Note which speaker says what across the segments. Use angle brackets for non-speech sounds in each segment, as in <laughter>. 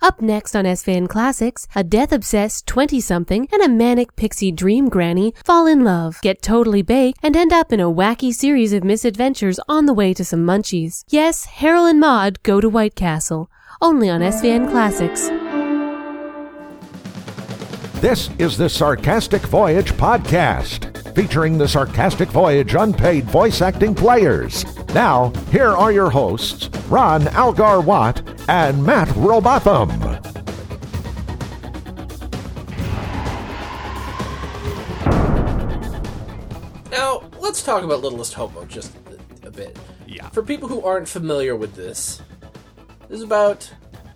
Speaker 1: Up next on SFan Classics, a death obsessed 20 something and a manic pixie dream granny fall in love, get totally baked, and end up in a wacky series of misadventures on the way to some munchies. Yes, Harold and Maude go to White Castle, only on SFan Classics.
Speaker 2: This is the Sarcastic Voyage podcast, featuring the Sarcastic Voyage unpaid voice acting players. Now, here are your hosts, Ron Algar Watt and Matt Robotham.
Speaker 3: Now, let's talk about Littlest Hobo just a- a bit.
Speaker 4: Yeah.
Speaker 3: For people who aren't familiar with this, this is about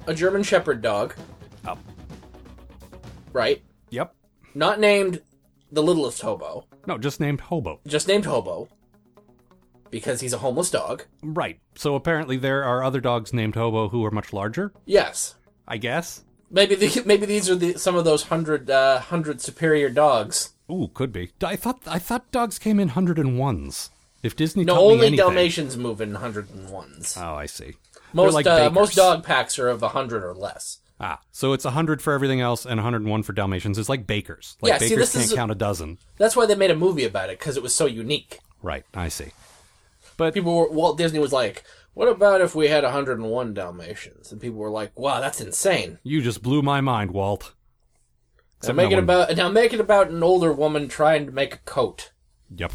Speaker 3: a German Shepherd dog,
Speaker 4: Up.
Speaker 3: right?
Speaker 4: Oh. Yep.
Speaker 3: Not named the Littlest Hobo,
Speaker 4: No, just named Hobo.
Speaker 3: just named Hobo because he's a homeless dog.
Speaker 4: Right. So apparently there are other dogs named Hobo who are much larger,
Speaker 3: Yes.
Speaker 4: I guess.
Speaker 3: Maybe the, <laughs> maybe these are the, some of those hundred uh, hundred superior dogs.
Speaker 4: Ooh, could be. I thought I thought dogs came in hundred and ones. If Disney
Speaker 3: No,
Speaker 4: taught me
Speaker 3: only
Speaker 4: anything-
Speaker 3: Dalmatians move in hundred and ones.
Speaker 4: Oh, I see. They're
Speaker 3: most
Speaker 4: like
Speaker 3: uh,
Speaker 4: bakers.
Speaker 3: most dog packs are of hundred or less.
Speaker 4: Ah, so it's hundred for everything else and hundred and one for Dalmatians. It's like bakers. Like
Speaker 3: Yeah, see, this
Speaker 4: bakers can't
Speaker 3: is-
Speaker 4: count a dozen.
Speaker 3: That's why they made a movie about it because it was so unique.
Speaker 4: Right. I see.
Speaker 3: people were Walt Disney was like, "What about if we had 101 Dalmatians?" And people were like, "Wow, that's insane."
Speaker 4: You just blew my mind, Walt.
Speaker 3: Now
Speaker 4: Except
Speaker 3: make
Speaker 4: no
Speaker 3: it
Speaker 4: one-
Speaker 3: about now make it about an older woman trying to make a coat.
Speaker 4: Yep.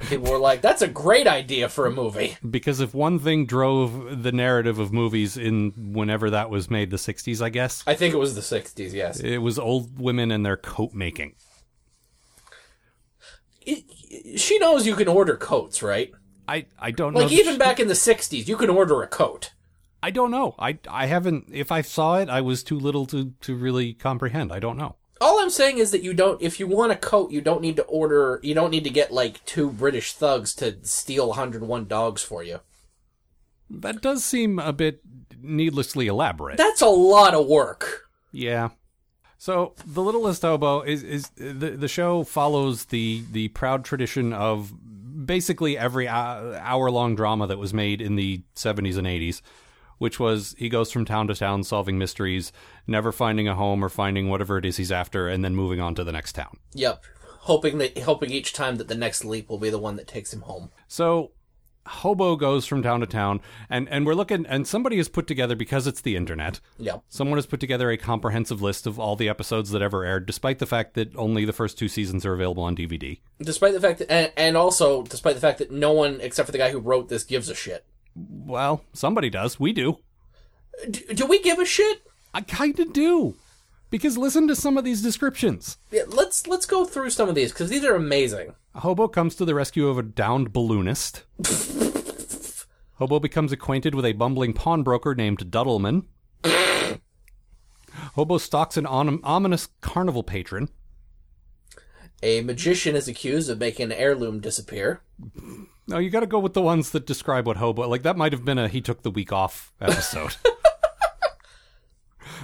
Speaker 3: And people were like, "That's a great idea for a movie."
Speaker 4: Because if one thing drove the narrative of movies in whenever that was made, the '60s, I guess,
Speaker 3: I think it was the 60s. Yes,
Speaker 4: It was old women and their coat making.
Speaker 3: she knows you can order coats, right?
Speaker 4: I, I don't know.
Speaker 3: Like
Speaker 4: that
Speaker 3: even
Speaker 4: she-
Speaker 3: back in the 60s, you can order a coat.
Speaker 4: I don't know. I I haven't. If I saw it, I was too little to to really comprehend. I don't know.
Speaker 3: All I'm saying is that you don't. If you want a coat, you don't need to order. You don't need to get like two British thugs to steal 101 dogs for you.
Speaker 4: That does seem a bit needlessly elaborate.
Speaker 3: That's a lot of work.
Speaker 4: yeah. So the Littlest Hobo is is the the show follows the the proud tradition of basically every hour long drama that was made in the 70s and 80s, which was he goes from town to town solving mysteries, never finding a home or finding whatever it is he's after, and then moving on to the next town.
Speaker 3: Yep. Hoping that hoping each time that the next leap will be the one that takes him home.
Speaker 4: So Hobo goes from town to town, and, and we're looking, and somebody has put together, because it's the internet,
Speaker 3: Yep.
Speaker 4: someone has put together a comprehensive list of all the episodes that ever aired, despite the fact that only the first two seasons are available on DVD.
Speaker 3: Despite the fact that, and, and also despite the fact that no one except for the guy who wrote this gives a shit.
Speaker 4: Well, somebody does. We do.
Speaker 3: D- do we give a shit?
Speaker 4: I kind of do. Because listen to some of these descriptions.
Speaker 3: Yeah, let's let's go through some of these because these are amazing.
Speaker 4: Hobo comes to the rescue of a downed balloonist. Hobo becomes acquainted with a bumbling pawnbroker named Duddleman. Hobo stalks an onom- ominous carnival patron.
Speaker 3: A magician is accused of making an heirloom disappear.
Speaker 4: No, you got to go with the ones that describe what Hobo like. That might have been a he took the week off episode.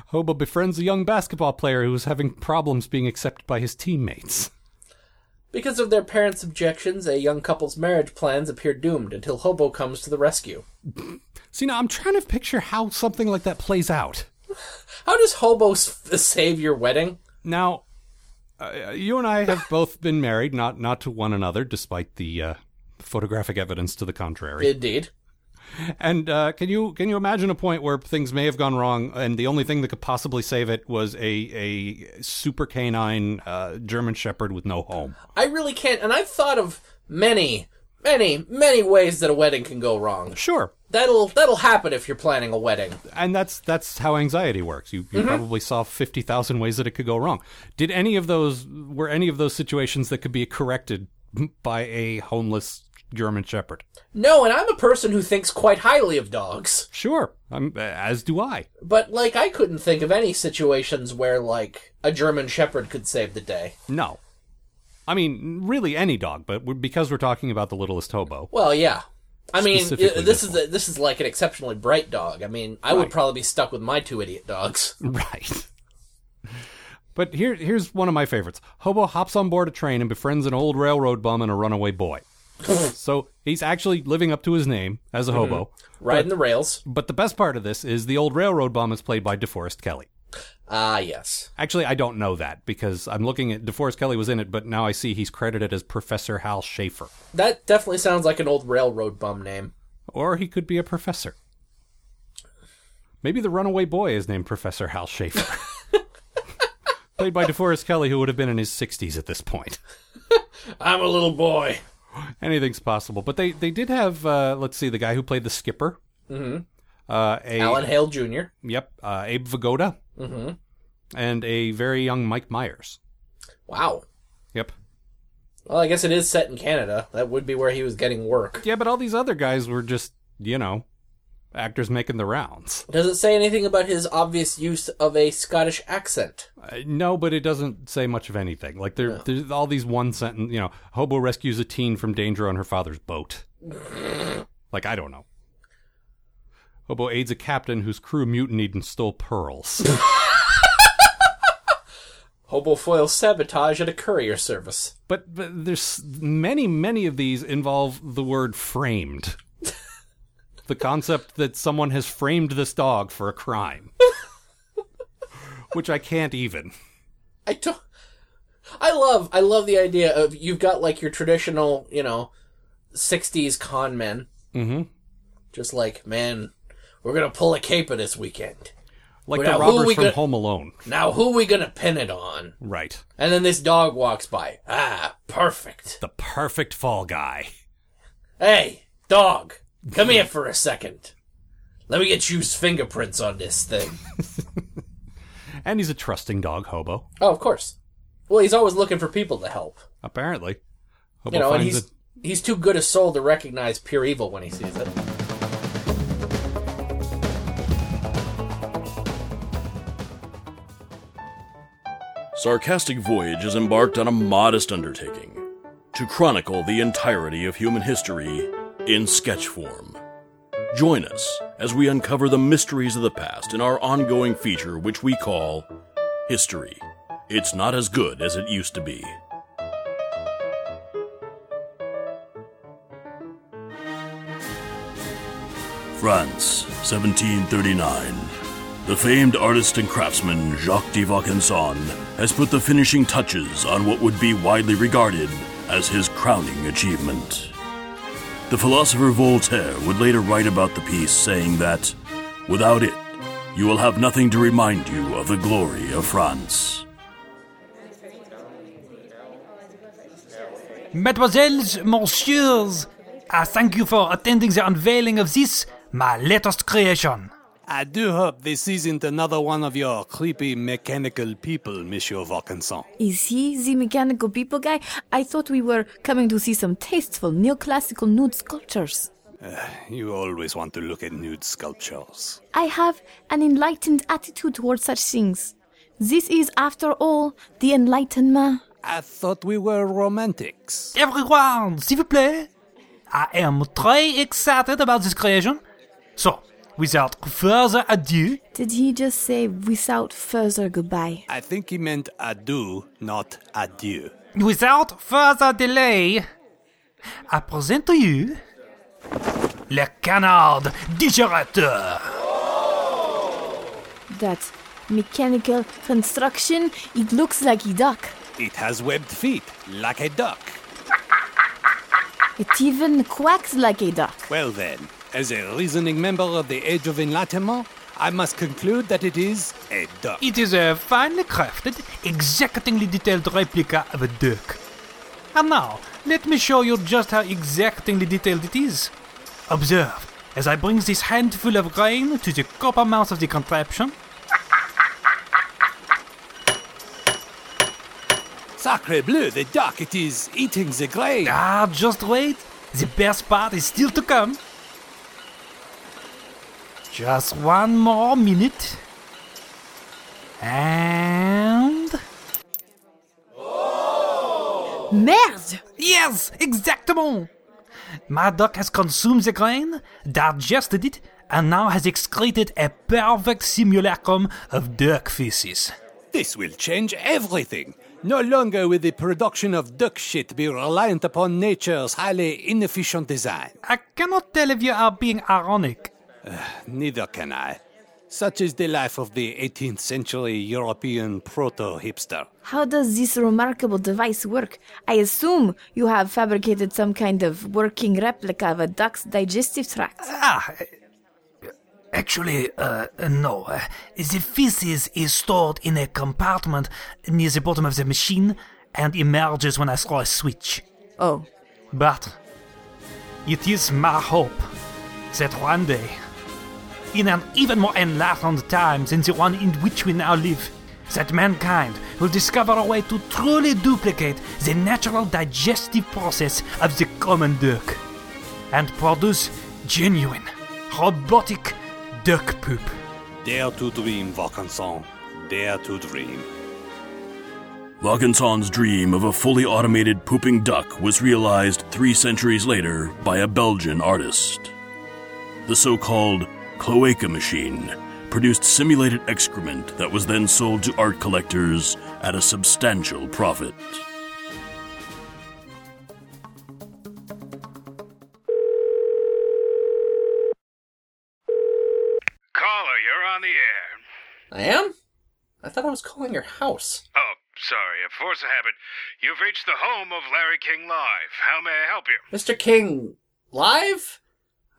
Speaker 4: Hobo befriends a young basketball player who is having problems being accepted by his teammates.
Speaker 3: Because of their parents' objections, a young couple's marriage plans appear doomed until Hobo comes to the rescue.
Speaker 4: <laughs> See, now I'm trying to picture how something like that plays out.
Speaker 3: How does Hobo s- save your wedding?
Speaker 4: Now, uh, you and I have both been married, not not to one another, despite the uh, photographic evidence to the contrary.
Speaker 3: Indeed.
Speaker 4: and uh, can you can you imagine a point where things may have gone wrong, and the only thing that could possibly save it was a a super canine uh, German Shepherd with no home?
Speaker 3: I really can't, and I've thought of many, many, many ways that a wedding can go wrong.
Speaker 4: Sure,
Speaker 3: That'll that'll happen if you're planning a wedding.
Speaker 4: and that's that's how anxiety works. You, you probably saw fifty thousand ways that it could go wrong. Did any of those were any of those situations that could be corrected by a homeless German Shepherd?
Speaker 3: No, and I'm a person who thinks quite highly of dogs,
Speaker 4: Sure, I'm, as do I.
Speaker 3: but like I couldn't think of any situations where like a German Shepherd could save the day.
Speaker 4: No. I mean, really any dog, but we- because we're talking about the littlest hobo.
Speaker 3: Well, yeah. I mean, i-
Speaker 4: Specifically
Speaker 3: this
Speaker 4: this
Speaker 3: is a, this is like an exceptionally bright dog. I mean, I would
Speaker 4: Right.
Speaker 3: probably be stuck with my two idiot
Speaker 4: <laughs>
Speaker 3: dogs.
Speaker 4: Right. But
Speaker 3: <laughs>
Speaker 4: here, here's one of my favorites. Hobo hops on board a train and befriends an old railroad bum and a runaway boy. so he's actually living up to his name as a hobo.
Speaker 3: Mm-hmm. Riding the rails.
Speaker 4: But the best part of this is the old railroad bomb is played by DeForest Kelly.
Speaker 3: Ah, yes.
Speaker 4: Actually, I don't know that because I'm looking at DeForest Kelly was in it, but now I see he's credited as Professor Hal Schaefer.
Speaker 3: That definitely sounds like an old railroad bum name.
Speaker 4: Or he could be a professor. Maybe the runaway boy is named Professor
Speaker 3: <laughs>
Speaker 4: Hal Schaefer. Played by DeForest Kelly, who would have been in his 60s at this point.
Speaker 3: I'm a little boy.
Speaker 4: <laughs> Anything's possible. But they, they did have, uh, let's see, the guy who played the skipper. Mm-hmm. Uh, a,
Speaker 3: Alan Hale Jr.
Speaker 4: Yep, uh, Abe Vigoda. Mm-hmm. And a very young Mike Myers.
Speaker 3: Wow.
Speaker 4: Yep.
Speaker 3: Well, I guess it is set in Canada. That would be where he was getting work.
Speaker 4: Yeah, but all these other guys were just, you know, actors making the rounds.
Speaker 3: Does it say anything about his obvious use of a Scottish accent?
Speaker 4: Uh, no, but it doesn't say much of anything. Like there, there's all these one sentence. You know, hobo rescues a teen from danger on her father's boat. like I don't know. Hobo aids a captain whose crew mutinied and stole pearls.
Speaker 3: Hobo foils sabotage at a courier service.
Speaker 4: but, but there's many, many of these involve the word framed. the concept that someone has framed this dog for a crime, which I can't even.
Speaker 3: I don't. I love. I love the idea of you've got like your traditional, you know, '60s con men. Mm-hmm. Just like, man, we're gonna pull a caper this weekend.
Speaker 4: Like
Speaker 3: Well,
Speaker 4: the
Speaker 3: now who
Speaker 4: robbers
Speaker 3: we
Speaker 4: from
Speaker 3: gonna-
Speaker 4: Home Alone.
Speaker 3: Now, who we gonna pin it on?
Speaker 4: Right.
Speaker 3: And then this dog walks by. Ah, perfect.
Speaker 4: The perfect fall guy.
Speaker 3: Hey, dog, come here for a second. Let me get you's fingerprints on this thing.
Speaker 4: And he's a trusting dog hobo,
Speaker 3: Oh, of course. Well, he's always looking for people to help.
Speaker 4: apparently. Hobo
Speaker 3: You know, and
Speaker 4: finds
Speaker 3: he's
Speaker 4: a-
Speaker 3: he's too good a soul to recognize pure evil when he sees it.
Speaker 5: Sarcastic Voyage has embarked on a modest undertaking to chronicle the entirety of human history in sketch form. Join us as we uncover the mysteries of the past in our ongoing feature, which we call History. It's not as good as it used to be. France, 1739. The famed artist and craftsman Jacques de Vaucanson has put the finishing touches on what would be widely regarded as his crowning achievement. The philosopher Voltaire would later write about the piece, saying that, without it, you will have nothing to remind you of the glory of France.
Speaker 6: Mademoiselles, monsieurs, I thank you for attending the unveiling of this, my latest creation.
Speaker 7: I do hope this isn't another one of your creepy mechanical people, Monsieur Vaucanson.
Speaker 8: Is he the mechanical people guy? I thought we were coming to see some tasteful neoclassical nude sculptures.
Speaker 7: Uh, You always want to look at nude sculptures.
Speaker 8: I have an enlightened attitude towards such things. This is, after all, the Enlightenment.
Speaker 7: I thought we were romantics.
Speaker 6: Everyone, s'il vous plaît. I am très excited about this creation. So, without further ado,
Speaker 8: Did he just say without further goodbye?
Speaker 7: I think he meant adieu, not adieu.
Speaker 6: without further delay, I present to you Le Canard Digerateur.
Speaker 8: That mechanical construction? It looks like a duck.
Speaker 7: It has webbed feet, like a duck.
Speaker 8: It even quacks like a duck.
Speaker 7: Well then, as a reasoning member of the Age of Enlightenment, I must conclude that it is a duck.
Speaker 6: It is a finely crafted, exactingly detailed replica of a duck. And now, let me show you just how exactingly detailed it is. Observe, as I bring this handful of grain to the copper mouth of the contraption,
Speaker 7: Sacre bleu, the duck, it is eating the grain.
Speaker 6: ah, just wait, the best part is still to come. Just one more minute. And.
Speaker 8: Merde!
Speaker 6: Yes, exactement. My duck has consumed the grain, digested it, and now has excreted a perfect simulacrum of duck feces.
Speaker 7: This will change everything. No longer will the production of duck shit be reliant upon nature's highly inefficient design. Uh,
Speaker 9: I cannot tell if you are being ironic.
Speaker 7: Neither can I. Such is the life of the 18th century European proto hipster.
Speaker 10: How does this remarkable device work? I assume you have fabricated some kind of working replica of a duck's digestive tract.
Speaker 9: Ah, uh, actually, uh, uh, no. Uh, The feces is stored in a compartment near the bottom of the machine and emerges when I throw a switch.
Speaker 10: Oh,
Speaker 9: But it is my hope that one day, in an even more enlightened time than the one in which we now live, that mankind will discover a way to truly duplicate the natural digestive process of the common duck and produce genuine, robotic duck poop.
Speaker 7: Dare to dream, Vacanson. Dare to dream.
Speaker 5: Vakanson's dream of a fully automated pooping duck was realized three centuries later by a Belgian artist. The so called cloaca machine produced simulated excrement that was then sold to art collectors at a substantial profit.
Speaker 11: Caller, you're on the air.
Speaker 3: I am? I thought I was calling your house.
Speaker 11: Oh, sorry, a force of habit. You've reached the home of Larry King Live. How may I help you?
Speaker 3: Mr. King, live?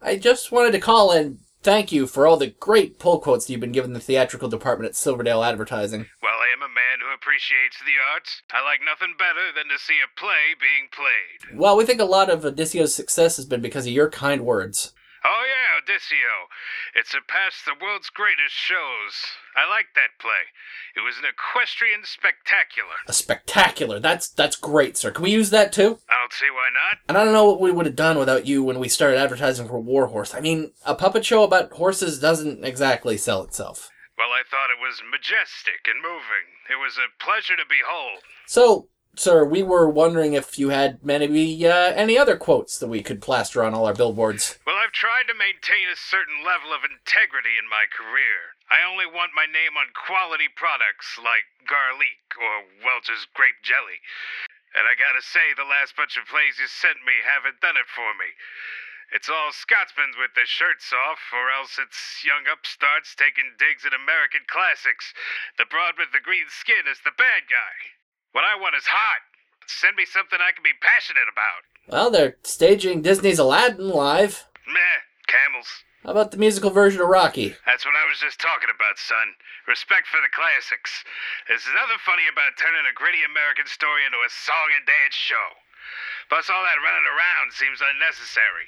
Speaker 3: I just wanted to call and thank you for all the great pull quotes you've been giving the theatrical department at Silverdale Advertising.
Speaker 11: Well, I am a man who appreciates the arts. I like nothing better than to see a play being played.
Speaker 3: Well, we think a lot of Odysseo's success has been because of your kind words.
Speaker 11: Oh, yeah, Odysseo. It surpassed the world's greatest shows. I liked that play. It was an equestrian spectacular.
Speaker 3: A spectacular. That's that's great, sir. Can we use that too?
Speaker 11: I don't see why not.
Speaker 3: And I don't know what we would have done without you when we started advertising for Warhorse. I mean, a puppet show about horses doesn't exactly sell itself.
Speaker 11: Well, I thought it was majestic and moving. It was a pleasure to behold.
Speaker 3: So, sir, we were wondering if you had maybe uh, any other quotes that we could plaster on all our billboards.
Speaker 11: Well, I've tried to maintain a certain level of integrity in my career. I only want my name on quality products like garlic or Welch's grape jelly. And I gotta say, the last bunch of plays you sent me haven't done it for me. It's all Scotsmen with their shirts off, or else it's young upstarts taking digs at American classics. The broad with the green skin is the bad guy. What I want is hot. Send me something I can be passionate about.
Speaker 3: Well, they're staging Disney's Aladdin live.
Speaker 11: Meh, camels.
Speaker 3: How about the musical version of Rocky?
Speaker 11: That's what I was just talking about, son. Respect for the classics. There's nothing funny about turning a gritty American story into a song and dance show. Plus, all that running around seems unnecessary.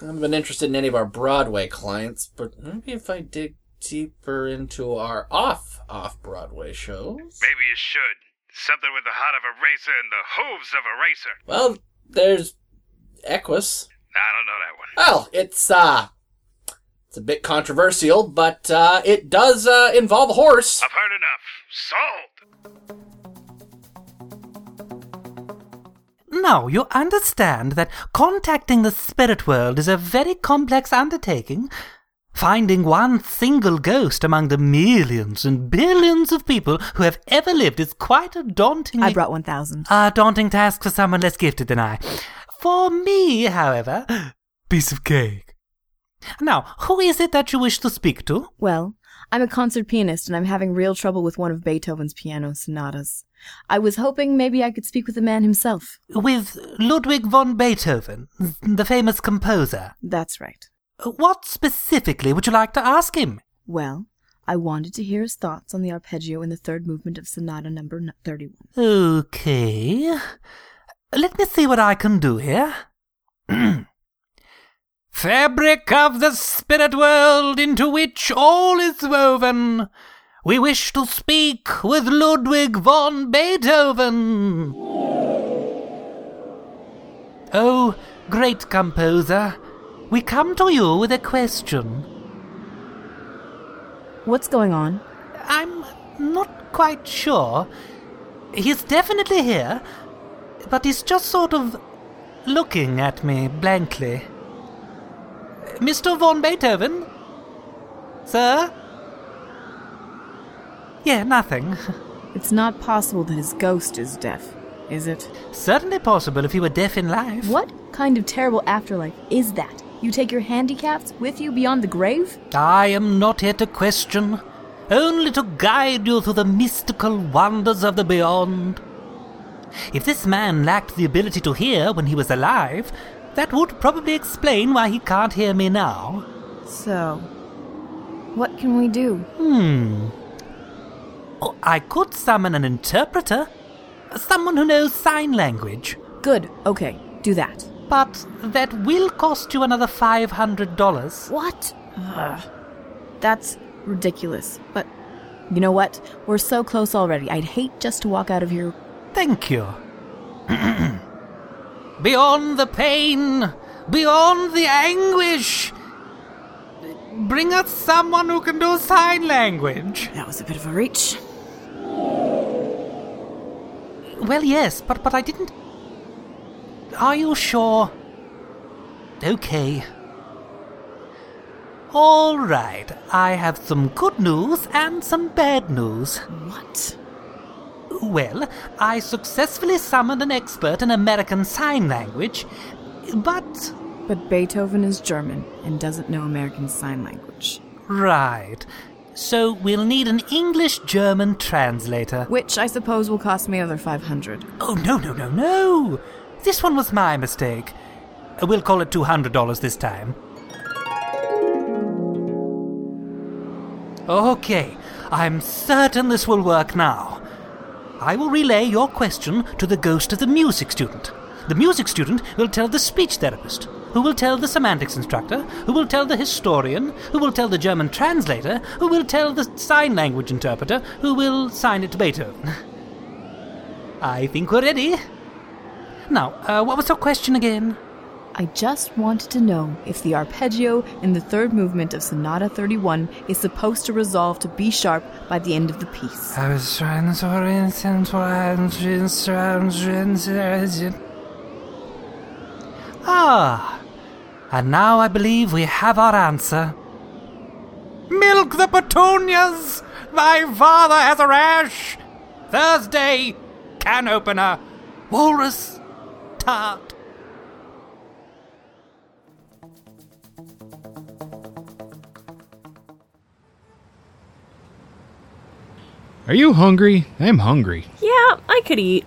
Speaker 3: I haven't been interested in any of our Broadway clients, but maybe if I dig deeper into our off off Broadway shows.
Speaker 11: Maybe you should. Something with the heart of a racer and the hooves of a racer.
Speaker 3: Well, there's Equus.
Speaker 11: I don't know that one.
Speaker 3: Well, it's uh it's a bit controversial, but uh it does uh involve a horse.
Speaker 11: I've heard enough. Sold!
Speaker 9: Now, you understand that contacting the spirit world is a very complex undertaking. Finding one single ghost among the millions and billions of people who have ever lived is quite a daunting.
Speaker 8: I brought 1,000.
Speaker 9: A daunting task for someone less gifted than I. For me, however, piece of cake. Now, who is it that you wish to speak to?
Speaker 8: Well, I'm a concert pianist and I'm having real trouble with one of Beethoven's piano sonatas. I was hoping maybe I could speak with the man himself.
Speaker 9: With Ludwig von Beethoven, the famous composer.
Speaker 8: That's right.
Speaker 9: What specifically would you like to ask him?
Speaker 8: Well, I wanted to hear his thoughts on the arpeggio in the third movement of Sonata number n- 31.
Speaker 9: Okay. Let me see what I can do here. <clears throat> Fabric of the spirit world into which all is woven. We wish to speak with Ludwig von Beethoven. Oh, great composer, we come to you with a question.
Speaker 8: What's going on?
Speaker 9: I'm not quite sure. He's definitely here, but he's just sort of looking at me blankly. Mr. von Beethoven? Sir? Yeah, nothing.
Speaker 8: It's not possible that his ghost is deaf, is it?
Speaker 9: Certainly possible if he were deaf in life.
Speaker 8: What kind of terrible afterlife is that? You take your handicaps with you beyond the grave?
Speaker 9: I am not here to question, only to guide you through the mystical wonders of the beyond. If this man lacked the ability to hear when he was alive, that would probably explain why he can't hear me now.
Speaker 8: So, what can we do?
Speaker 9: Hmm. Oh, I could summon an interpreter, someone who knows sign language.
Speaker 8: Good, okay, do that.
Speaker 9: But that will cost you another $500.
Speaker 8: What? Ugh. That's ridiculous. But you know what? We're so close already. I'd hate just to walk out of here.
Speaker 9: Thank you. <clears throat> beyond the pain, beyond the anguish. Bring us someone who can do sign language.
Speaker 8: That was a bit of a reach.
Speaker 9: Well, yes, but but I didn't. Are you sure? Okay. All right, I have some good news and some bad news.
Speaker 8: What?
Speaker 9: Well, I successfully summoned an expert in American Sign Language, but.
Speaker 8: But Beethoven is German and doesn't know American Sign Language.
Speaker 9: Right. So we'll need an English German translator.
Speaker 8: Which I suppose will cost me another 500.
Speaker 9: Oh, no, no, no, no! This one was my mistake. Uh, We'll call it $200 this time. Okay, I'm certain this will work now. I will relay your question to the ghost of the music student. The music student will tell the speech therapist, who will tell the semantics instructor, who will tell the historian, who will tell the German translator, who will tell the sign language interpreter, who will sign it to Beethoven. <laughs> I think we're ready. Now, uh, what was your question again?
Speaker 8: I just wanted to know if the arpeggio in the third movement of Sonata 31 is supposed to resolve to B sharp by the end of the piece.
Speaker 9: I was trying to orient and orient and orient and Ah, and now I believe we have our answer. Milk the petunias! My father has a rash! Thursday, can opener, walrus, tart.
Speaker 12: Are you hungry? I'm hungry.
Speaker 13: Yeah, I could eat.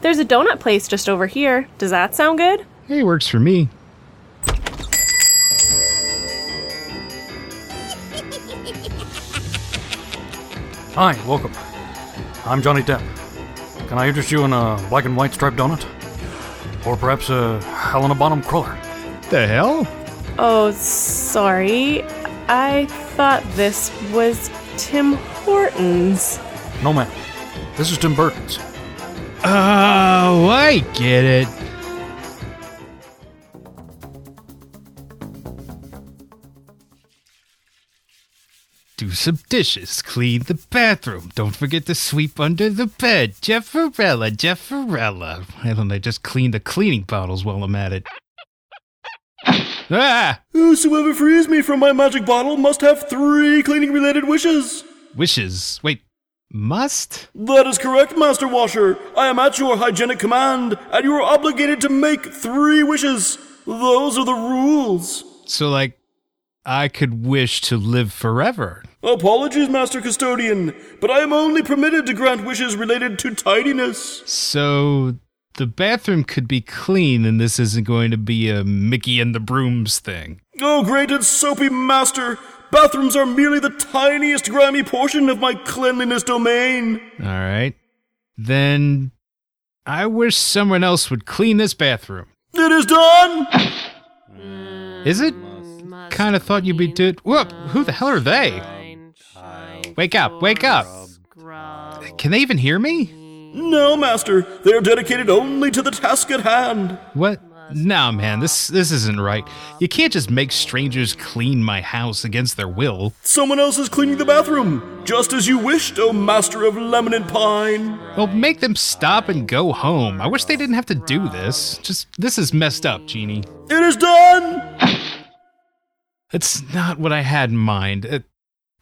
Speaker 13: There's a donut place just over here. Does that sound good?
Speaker 12: Hey, works for me.
Speaker 6: Hi, welcome. I'm Johnny Depp. Can I interest you in a black and white striped donut? Or perhaps a Helena Bonham cruller?
Speaker 12: The hell?
Speaker 13: Oh, sorry. I thought this was Tim Hortons.
Speaker 6: No, ma'am. This is Tim Burton's.
Speaker 12: Oh, I get it. Do some dishes, clean the bathroom. Don't forget to sweep under the bed. Jeffarella, Jeffarella. Why don't I just clean the cleaning bottles while I'm at it? ah!
Speaker 14: Whosoever frees me from my magic bottle must have three cleaning related wishes.
Speaker 12: Wishes. Wait, must?
Speaker 14: That is correct, Master Washer. I am at your hygienic command, and you are obligated to make three wishes. Those are the rules.
Speaker 12: So, like, I could wish to live forever.
Speaker 14: Apologies, Master Custodian, but I am only permitted to grant wishes related to tidiness.
Speaker 12: So the bathroom could be clean, and this isn't going to be a Mickey and the Brooms thing.
Speaker 14: Oh, great and soapy Master! Bathrooms are merely the tiniest grimy portion of my cleanliness domain.
Speaker 12: All right. Then I wish someone else would clean this bathroom.
Speaker 14: It is done!
Speaker 12: Is it? Kind of thought you'd be doing. Whoop! Who the hell are they? Wake up! Wake up! Can they even hear me?
Speaker 14: No, Master, they are dedicated only to the task at hand.
Speaker 12: What? Nah, man. This this isn't right. You can't just make strangers clean my house against their will.
Speaker 14: Someone else is cleaning the bathroom, just as you wished, O Master of Lemon and Pine.
Speaker 12: Well, make them stop and go home. I wish they didn't have to do this. Just, this is messed up, Genie.
Speaker 14: It is done!
Speaker 12: It's not what I had in mind. It,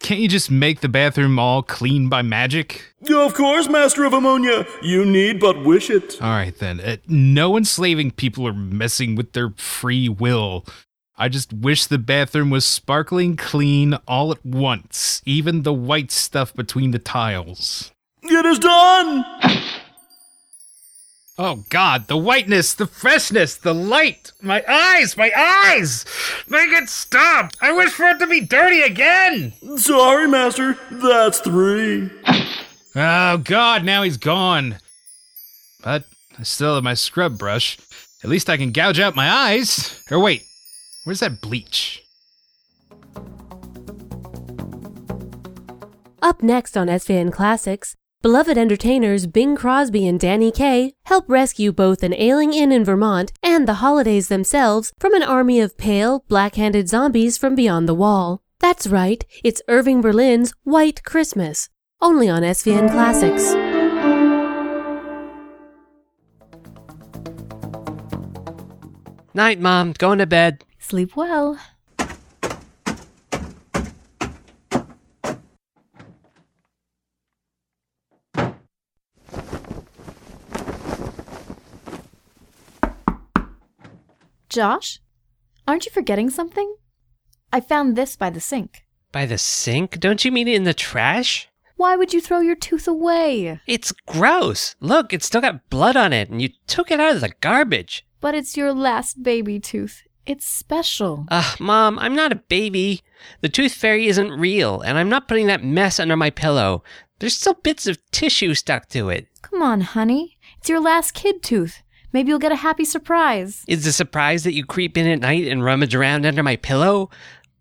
Speaker 12: Can't you just make the bathroom all clean by magic?
Speaker 14: Of course, Master of Ammonia. You need but wish it.
Speaker 12: All right, then. Uh, no enslaving people or messing with their free will. I just wish the bathroom was sparkling clean all at once, even the white stuff between the tiles.
Speaker 14: It is done!
Speaker 12: Oh, God, the whiteness, the freshness, the light! My eyes, my eyes! Make it stop! I wish for it to be dirty again!
Speaker 14: Sorry, Master. That's three.
Speaker 12: Oh, God, now he's gone. But I still have my scrub brush. At least I can gouge out my eyes. Or wait, where's that bleach?
Speaker 1: Up next on SVN Classics, beloved entertainers Bing Crosby and Danny Kaye help rescue both an ailing inn in Vermont and the holidays themselves from an army of pale, black handed zombies from beyond the wall. That's right, it's Irving Berlin's White Christmas, only on SVN Classics.
Speaker 15: Night, Mom. Going to bed.
Speaker 8: Sleep well. Josh, aren't you forgetting something? I found this by the sink.
Speaker 15: By the sink? Don't you mean in the trash?
Speaker 8: Why would you throw your tooth away?
Speaker 15: It's gross. Look, it's still got blood on it, and you took it out of the garbage.
Speaker 8: But it's your last baby tooth. It's special.
Speaker 15: Ugh, Ah, Mom, I'm not a baby. The tooth fairy isn't real, and I'm not putting that mess under my pillow. There's still bits of tissue stuck to it.
Speaker 8: Come on, honey. It's your last kid tooth. Maybe you'll get a happy surprise.
Speaker 15: Is the surprise that you creep in at night and rummage around under my pillow?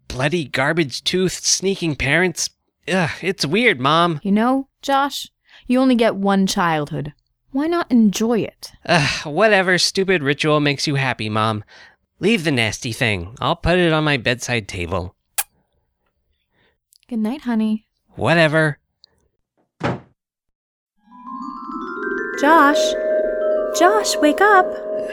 Speaker 15: Bloody garbage tooth sneaking parents. Ugh, it's weird, Mom.
Speaker 8: You know, Josh, you only get one childhood. Why not enjoy it?
Speaker 15: Ugh, whatever stupid ritual makes you happy, Mom. Leave the nasty thing. I'll put it on my bedside table.
Speaker 8: Good night, honey.
Speaker 15: Whatever.
Speaker 16: Josh? Josh, wake up!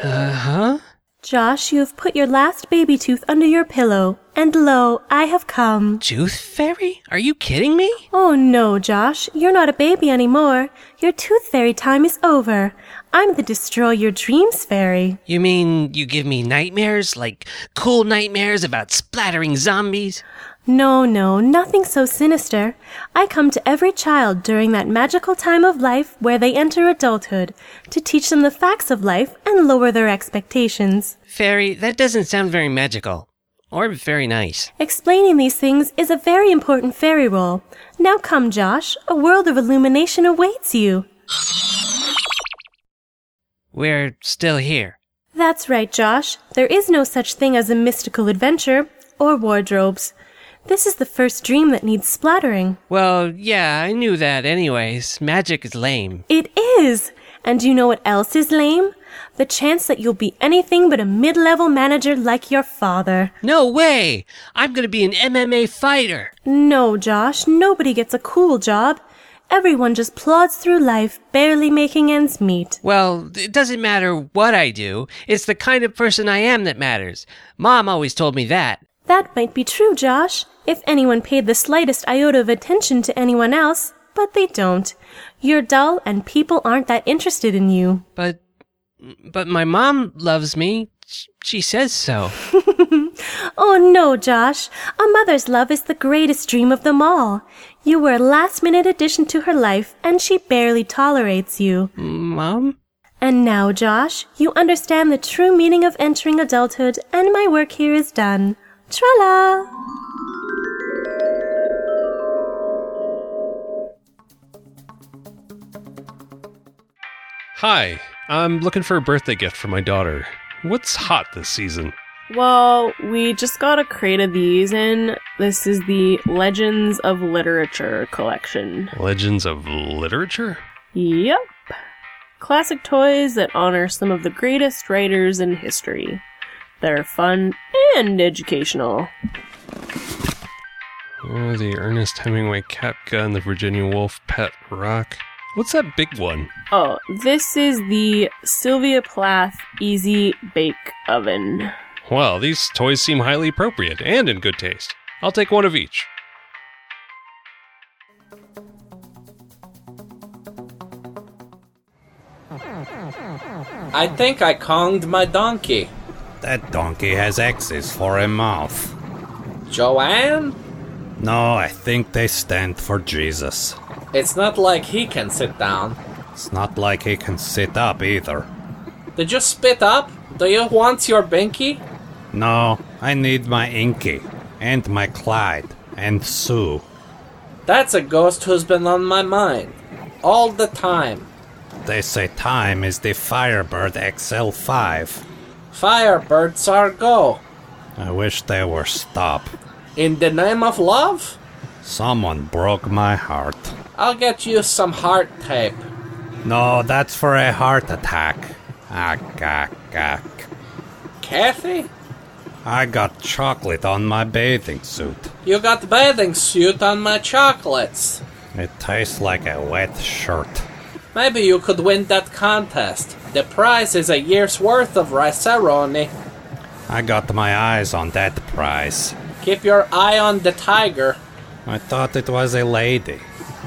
Speaker 15: Uh huh.
Speaker 16: Josh, you have put your last baby tooth under your pillow, and lo, I have come.
Speaker 15: Tooth fairy? Are you kidding me?
Speaker 16: Oh no, Josh, you're not a baby anymore. Your tooth fairy time is over. I'm the destroy your dreams fairy.
Speaker 15: You mean you give me nightmares? Like cool nightmares about splattering zombies?
Speaker 16: No, no, nothing so sinister. I come to every child during that magical time of life where they enter adulthood to teach them the facts of life and lower their expectations.
Speaker 15: Fairy, that doesn't sound very magical. Or very nice.
Speaker 16: Explaining these things is a very important fairy role. Now come, Josh. A world of illumination awaits you.
Speaker 15: We're still here.
Speaker 16: That's right, Josh. There is no such thing as a mystical adventure or wardrobes. This is the first dream that needs splattering.
Speaker 15: Well, yeah, I knew that anyways. Magic is lame.
Speaker 16: It is! And you know what else is lame? The chance that you'll be anything but a mid level manager like your father.
Speaker 15: No way! I'm gonna be an MMA fighter!
Speaker 16: No, Josh, nobody gets a cool job. Everyone just plods through life, barely making ends meet.
Speaker 15: Well, it doesn't matter what I do. It's the kind of person I am that matters. Mom always told me that.
Speaker 16: That might be true, Josh, if anyone paid the slightest iota of attention to anyone else, but they don't. You're dull and people aren't that interested in you.
Speaker 15: But, but my mom loves me. Sh- She says so.
Speaker 16: Oh no, Josh. A mother's love is the greatest dream of them all. You were a last minute addition to her life, and she barely tolerates you.
Speaker 15: Mom?
Speaker 16: And now, Josh, you understand the true meaning of entering adulthood, and my work here is done. Tra la!
Speaker 17: Hi, I'm looking for a birthday gift for my daughter. What's hot this season?
Speaker 18: Well, we just got a crate of these in. This is the Legends of Literature collection.
Speaker 17: Legends of literature?
Speaker 18: Yep. Classic toys that honor some of the greatest writers in history. They're fun and educational.
Speaker 17: Oh, the Ernest Hemingway cap gun, the Virginia Woolf pet rock. What's that big one?
Speaker 18: Oh, this is the Sylvia Plath Easy Bake Oven.
Speaker 17: Well, these toys seem highly appropriate and in good taste. I'll take one of each.
Speaker 3: I think I conged my donkey.
Speaker 4: That donkey has X's for a mouth.
Speaker 3: Joanne?
Speaker 4: No, I think they stand for Jesus.
Speaker 3: It's not like he can sit down.
Speaker 4: It's not like he can sit up either.
Speaker 3: Did you spit up? Do you want your binky?
Speaker 4: No, I need my Inky, and my Clyde, and Sue.
Speaker 3: That's a ghost who's been on my mind. All the time.
Speaker 4: They say time is the Firebird XL5.
Speaker 3: Firebirds are go.
Speaker 4: I wish they were stop.
Speaker 3: In the name of love?
Speaker 4: Someone broke my heart.
Speaker 3: I'll get you some heart tape.
Speaker 4: No, that's for a heart attack. Ack, ack, ack.
Speaker 3: Kathy?
Speaker 4: I got chocolate on my bathing suit.
Speaker 3: You got bathing suit on my chocolates.
Speaker 4: It tastes like a wet shirt.
Speaker 3: Maybe you could win that contest. The prize is a year's worth of riceroni.
Speaker 4: I got my eyes on that prize.
Speaker 3: Keep your eye on the tiger.
Speaker 4: I thought it was a lady.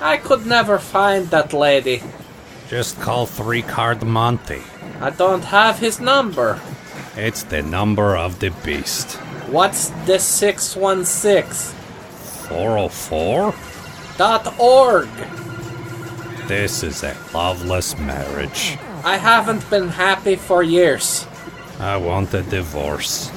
Speaker 3: I could never find that lady.
Speaker 4: Just call three card Monty.
Speaker 3: I don't have his number.
Speaker 4: It's the number of the beast.
Speaker 3: What's the 616?
Speaker 4: 404?
Speaker 3: Dot org.
Speaker 4: This is a loveless marriage.
Speaker 3: I haven't been happy for years.
Speaker 4: I want a divorce.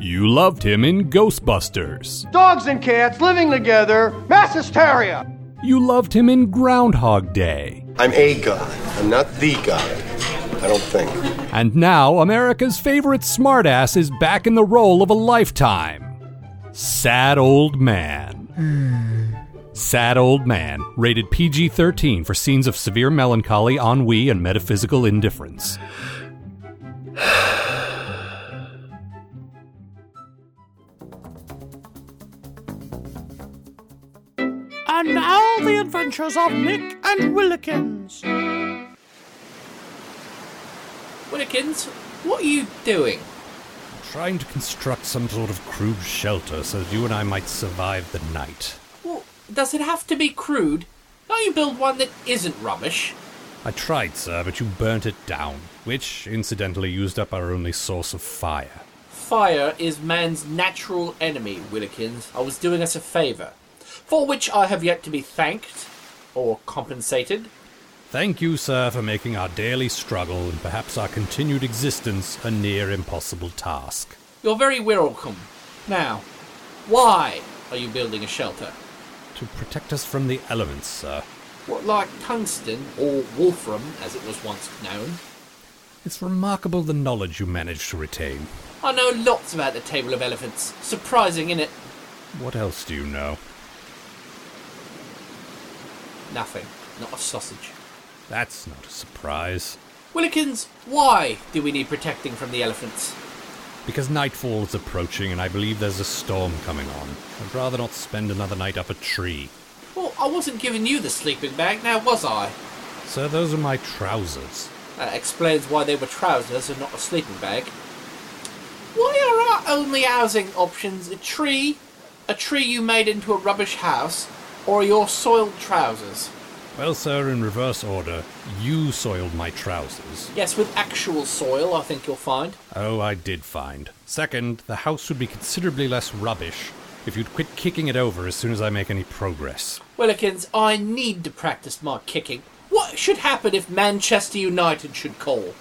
Speaker 9: You loved him in Ghostbusters.
Speaker 19: Dogs and cats living together, mass hysteria.
Speaker 9: You loved him in Groundhog Day.
Speaker 20: I'm a god. I'm not the god. I don't think.
Speaker 9: And now, America's favorite smartass is back in the role of a lifetime. Sad Old Man. Sad Old Man, rated PG 13 for scenes of severe melancholy, ennui, and metaphysical indifference.
Speaker 14: And now the adventures of Nick and Willikins.
Speaker 3: Willikins, what are you doing?
Speaker 4: Trying to construct some sort of crude shelter so that you and I might survive the night.
Speaker 3: Well, does it have to be crude? Can't you build one that isn't rubbish?
Speaker 4: I tried, sir, but you burnt it down, which incidentally used up our only source of fire.
Speaker 3: Fire is man's natural enemy, Willikins. I was doing us a favour, for which I have yet to be thanked or compensated.
Speaker 4: Thank you, sir, for making our daily struggle and perhaps our continued existence a near impossible task.
Speaker 3: You're very welcome. Now, why are you building a shelter?
Speaker 4: To protect us from the elements, sir.
Speaker 3: What, like tungsten or wolfram, as it was once known?
Speaker 4: It's remarkable the knowledge you managed to retain.
Speaker 3: I know lots about the table of elephants. Surprising, innit?
Speaker 4: What else do you know?
Speaker 3: Nothing. Not a sausage.
Speaker 4: That's not a surprise.
Speaker 3: Willikins, why do we need protecting from the elephants?
Speaker 4: Because nightfall is approaching and I believe there's a storm coming on. I'd rather not spend another night up a tree.
Speaker 3: Well, I wasn't giving you the sleeping bag, now was I?
Speaker 4: Sir, those are my trousers.
Speaker 3: That explains why they were trousers and not a sleeping bag. Why are our only housing options a tree, a tree you made into a rubbish house, or your soiled trousers?
Speaker 4: Well, sir, in reverse order, you soiled my trousers.
Speaker 3: Yes, with actual soil, I think you'll find.
Speaker 4: Oh, I did find. Second, the house would be considerably less rubbish if you'd quit kicking it over as soon as I make any progress.
Speaker 3: Willikins, I need to practice my kicking. What should happen if Manchester United should call?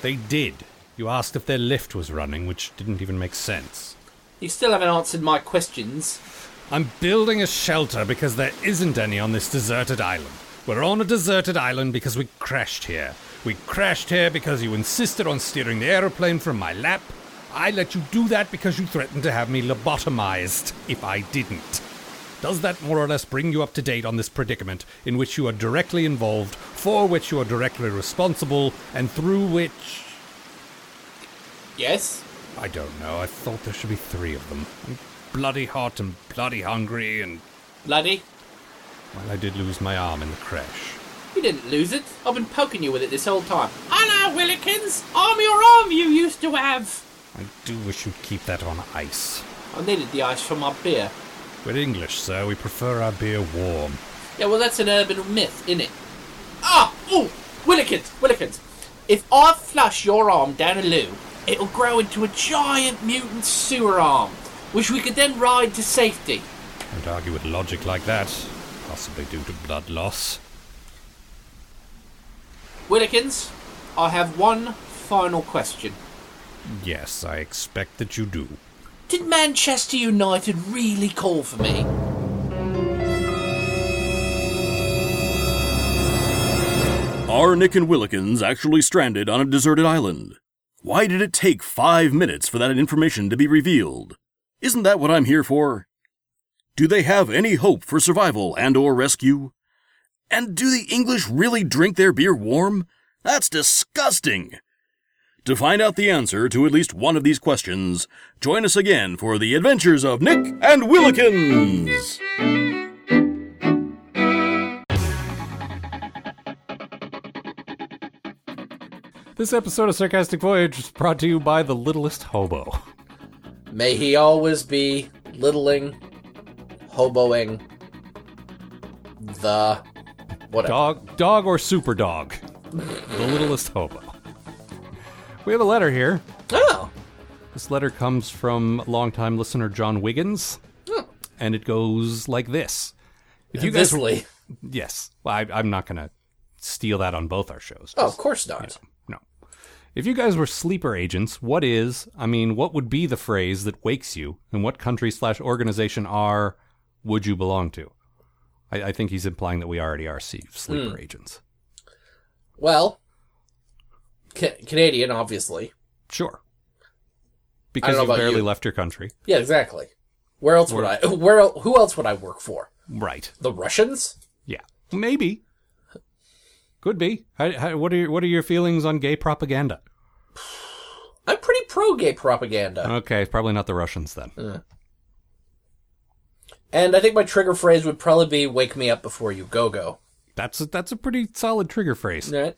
Speaker 4: They did. You asked if their lift was running, which didn't even make sense.
Speaker 3: You still haven't answered my questions.
Speaker 4: I'm building a shelter because there isn't any on this deserted island. We're on a deserted island because we crashed here. We crashed here because you insisted on steering the aeroplane from my lap. I let you do that because you threatened to have me lobotomized if I didn't. Does that more or less bring you up to date on this predicament in which you are directly involved, for which you are directly responsible, and through which.
Speaker 3: Yes?
Speaker 4: I don't know. I thought there should be three of them. I'm bloody hot and bloody hungry and.
Speaker 3: Bloody?
Speaker 4: Well, I did lose my arm in the crash.
Speaker 3: You didn't lose it. I've been poking you with it this whole time. Hello, Willikins! I'm your arm you used to have!
Speaker 4: I do wish you'd keep that on ice.
Speaker 3: I needed the ice for my beer.
Speaker 21: We're English, sir. We prefer our beer warm.
Speaker 3: Yeah, well, that's an urban myth, innit? Ah! Ooh! Willikins! Willikins! If I flush your arm down a loo, it'll grow into a giant mutant sewer arm, which we could then ride to safety.
Speaker 21: Don't argue with logic like that. Possibly due to blood loss.
Speaker 3: Willikins, I have one final question.
Speaker 21: Yes, I expect that you do.
Speaker 3: Did Manchester United really call for me?
Speaker 5: Are Nick and Willikins actually stranded on a deserted island? Why did it take five minutes for that information to be revealed? Isn't that what I'm here for? Do they have any hope for survival and or rescue? And do the English really drink their beer warm? That's disgusting. To find out the answer to at least one of these questions, join us again for the adventures of Nick and Willikins.
Speaker 4: This episode of Sarcastic Voyage is brought to you by the littlest hobo. <laughs>
Speaker 3: May he always be littling, hoboing, the whatever.
Speaker 4: Dog, dog or super dog. the littlest hobo. We have a letter here.
Speaker 3: Oh.
Speaker 4: This letter comes from longtime listener John Wiggins,
Speaker 3: Hmm.
Speaker 4: and it goes like this.
Speaker 3: Thisly.
Speaker 4: yes, well, I, I'm not going to steal that on both our shows.
Speaker 3: Oh, of course not.
Speaker 4: No. If you guys were sleeper agents, what is, I mean, what would be the phrase that wakes you, and what country slash organization are would you belong to? I, I think he's implying that we already are se- sleeper
Speaker 3: Hmm.
Speaker 4: agents.
Speaker 3: Well, ca- Canadian, obviously.
Speaker 4: Sure. Because
Speaker 3: know
Speaker 4: you
Speaker 3: about
Speaker 4: barely
Speaker 3: you.
Speaker 4: left your country.
Speaker 3: Yeah, exactly. Where else would
Speaker 4: Where-
Speaker 3: I? <laughs> Where? el- Who else would I work for?
Speaker 4: Right.
Speaker 3: The Russians?
Speaker 4: Yeah. Maybe. Could be. How, how, what, are your, what are your feelings on gay propaganda?
Speaker 3: <sighs> I'm pretty pro-gay propaganda,
Speaker 4: Okay, probably not the Russians then.
Speaker 3: Uh. and I think my trigger phrase would probably be "Wake me up before you go go."
Speaker 4: That's a, that's a pretty solid trigger phrase.
Speaker 3: Right.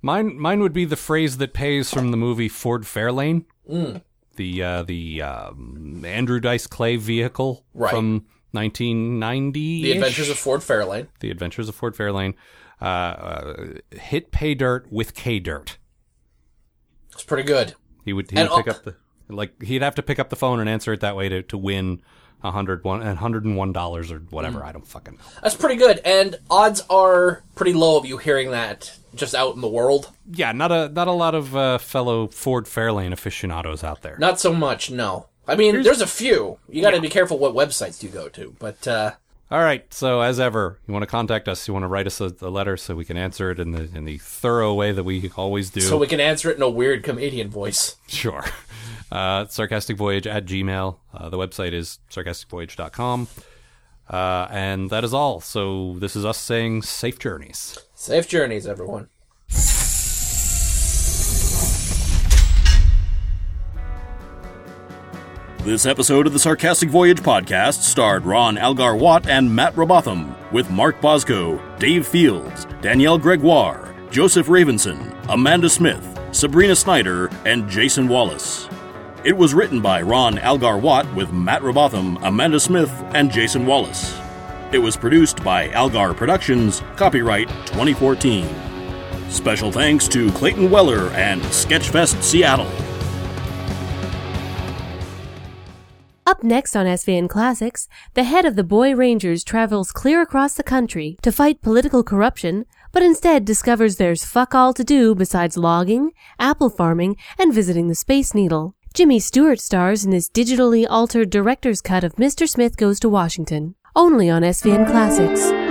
Speaker 4: Mine mine would be the phrase that pays from the movie Ford Fairlane,
Speaker 3: Mm.
Speaker 4: the uh, the um, Andrew Dice Clay vehicle
Speaker 3: Right.
Speaker 4: from 1990.
Speaker 3: The Adventures of Ford Fairlane.
Speaker 4: The Adventures of Ford Fairlane. Uh, uh, hit pay dirt with K dirt.
Speaker 3: It's pretty good.
Speaker 4: He would he
Speaker 3: And oh.
Speaker 4: would pick
Speaker 3: al-
Speaker 4: up the like he'd have to pick up the phone and answer it that way to to win. a hundred one- a hundred and one dollars or whatever. I don't fucking know.
Speaker 3: Hmm. That's pretty good, and odds are pretty low of you hearing that just out in the world.
Speaker 4: Yeah, not a not a lot of uh, fellow Ford Fairlane aficionados out there.
Speaker 3: Not so much, no. I mean,
Speaker 4: Here's-
Speaker 3: there's a few. You got to be careful what websites you go to, but uh,
Speaker 4: All right. So as ever, you want to contact us. You want to write us a, a letter so we can answer it in the in the thorough way that we always do.
Speaker 3: so we can answer it in a weird comedian voice.
Speaker 4: <laughs> Sure. Uh, sarcasticvoyage at gmail. Uh, the website is sarcasticvoyage.com. Uh, and that is all. So this is us saying safe journeys.
Speaker 3: Safe journeys, everyone.
Speaker 5: This episode of the Sarcastic Voyage podcast starred Ron Algar Watt and Matt Robotham, with Mark Bosco, Dave Fields, Danielle Gregoire, Joseph Ravenson, Amanda Smith, Sabrina Snyder, and Jason Wallace. It was written by Ron Algar Watt with Matt Robotham, Amanda Smith, and Jason Wallace. It was produced by Algar Productions, copyright 2014. Special thanks to Clayton Weller and Sketchfest Seattle.
Speaker 1: Up next on SVN Classics, the head of the Boy Rangers travels clear across the country to fight political corruption, but instead discovers there's fuck all to do besides logging, apple farming, and visiting the Space Needle. Jimmy Stewart stars in this digitally altered director's cut of Mr. Smith Goes to Washington, only on SVN Classics.